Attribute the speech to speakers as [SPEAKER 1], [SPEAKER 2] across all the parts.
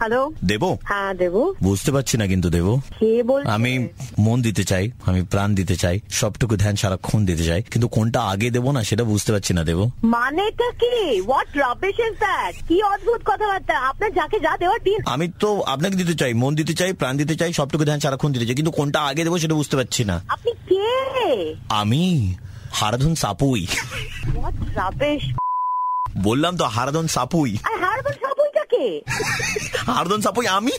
[SPEAKER 1] Hello
[SPEAKER 2] দেবো
[SPEAKER 1] হ্যাঁ দেবু
[SPEAKER 2] বুঝতে পারছি না কিন্তু দেবো
[SPEAKER 1] কে বলছে
[SPEAKER 2] আমি মন দিতে চাই আমি প্রাণ দিতে চাই সবটুকু ধ্যান সারাক্ষণ দিতে চাই কিন্তু কোনটা আগে দেবো না সেটা বুঝতে পারছি না দেবো
[SPEAKER 1] মানেটা কি হোয়াট রাবিশ ইজ দ্যাট কি অদ্ভুত কথাবার্তা আপনার যাকে যা দেওয়ার দিন
[SPEAKER 2] আমি তো আপনাকে দিতে চাই মন দিতে চাই প্রাণ দিতে চাই সবটুকু ধ্যান সারাক্ষণ দিতে চাই কিন্তু কোনটা আগে দেবো সেটা বুঝতে পারছি না
[SPEAKER 1] আপনি কে
[SPEAKER 2] আমি হারাধন সাপুই
[SPEAKER 1] হোয়াট রাবিশ
[SPEAKER 2] বললাম তো হারাধন সাপুই
[SPEAKER 1] আর হারবার সাবুইটা কে
[SPEAKER 2] হারাধন সাপুই আমি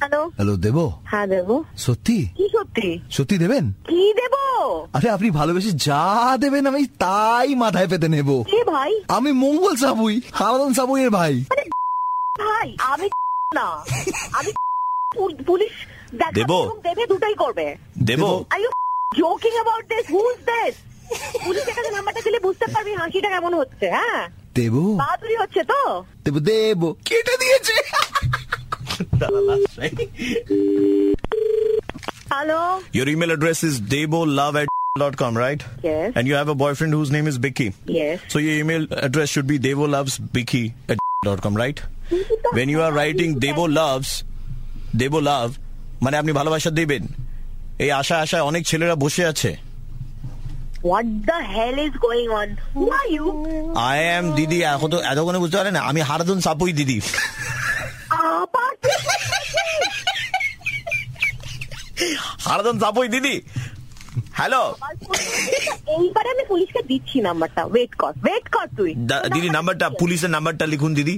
[SPEAKER 1] হ্যালো
[SPEAKER 3] হ্যালো দেবো
[SPEAKER 1] হ্যাঁ দেবু
[SPEAKER 3] সত্যি
[SPEAKER 1] কি সত্যি
[SPEAKER 3] সত্যি দেবেন
[SPEAKER 1] কি দেব
[SPEAKER 3] আরে আপনি ভালোবেসে যা দেবেন আমি তাই মাথায় পেতে নেব
[SPEAKER 1] কে ভাই
[SPEAKER 3] আমি মঙ্গল সাবুই হারাদন সাবুই এর ভাই
[SPEAKER 1] ভাই আমি না আমি পুল- পুলিশ দেখাবে
[SPEAKER 2] দেবো।
[SPEAKER 1] এবং দেবে দুটাই করবে
[SPEAKER 2] দেবো
[SPEAKER 1] are you joking about this who is this পুলিশের কাছে নাম্বারটা দিলে বুঝতে পারবি হাসিটা কেমন হচ্ছে হ্যাঁ
[SPEAKER 3] দেব
[SPEAKER 1] বাহাদুরি হচ্ছে তো
[SPEAKER 3] দেব দেব কেটে দিয়েছে
[SPEAKER 1] hello
[SPEAKER 2] Your email address is debolove at com, right?
[SPEAKER 1] Yes.
[SPEAKER 2] And you have a boyfriend whose name is Bicky.
[SPEAKER 1] Yes.
[SPEAKER 2] So your email address should be devolovesbicky at dot com, right? When you are writing Devo loves, Devo love, মানে আপনি ভালোবাসা দেবেন এই আশা আশায় অনেক ছেলেরা বসে আছে
[SPEAKER 1] What the hell is going on? Who are you?
[SPEAKER 2] I am দিদি এখন তো এতক্ষণে বুঝতে পারেন না আমি হারাধন সাপুই দিদি
[SPEAKER 1] আবার তুই
[SPEAKER 2] হারাধন সাপুই দিদি হ্যালো
[SPEAKER 1] আবার phone করছিস? এইবারে আমি পুলিশকে দিচ্ছি নাম্বারটা ওয়েট কর ওয়েট কর তুই
[SPEAKER 2] দিদি নাম্বারটা পুলিশের নাম্বারটা লিখুন দিদি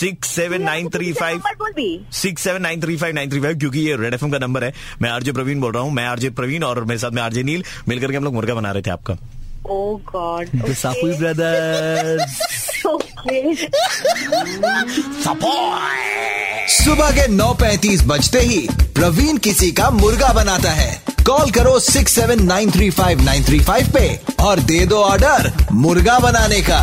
[SPEAKER 2] six seven nine three five
[SPEAKER 1] number বলবি
[SPEAKER 2] six seven nine three five nine three five क्योंकि ये रेड एफ का नंबर है मैं आरजे प्रवीण बोल रहा हूँ मैं आरजे प्रवीण और मेरे साथ में आरजे नील मिलकर के हम लोग मुर्गा बना रहे थे आपका
[SPEAKER 1] oh God
[SPEAKER 3] the Sapui brother
[SPEAKER 1] okay
[SPEAKER 4] सुबह के 9:35 बजते ही प्रवीण किसी का मुर्गा बनाता है कॉल करो 67935935 पे और दे दो ऑर्डर मुर्गा बनाने का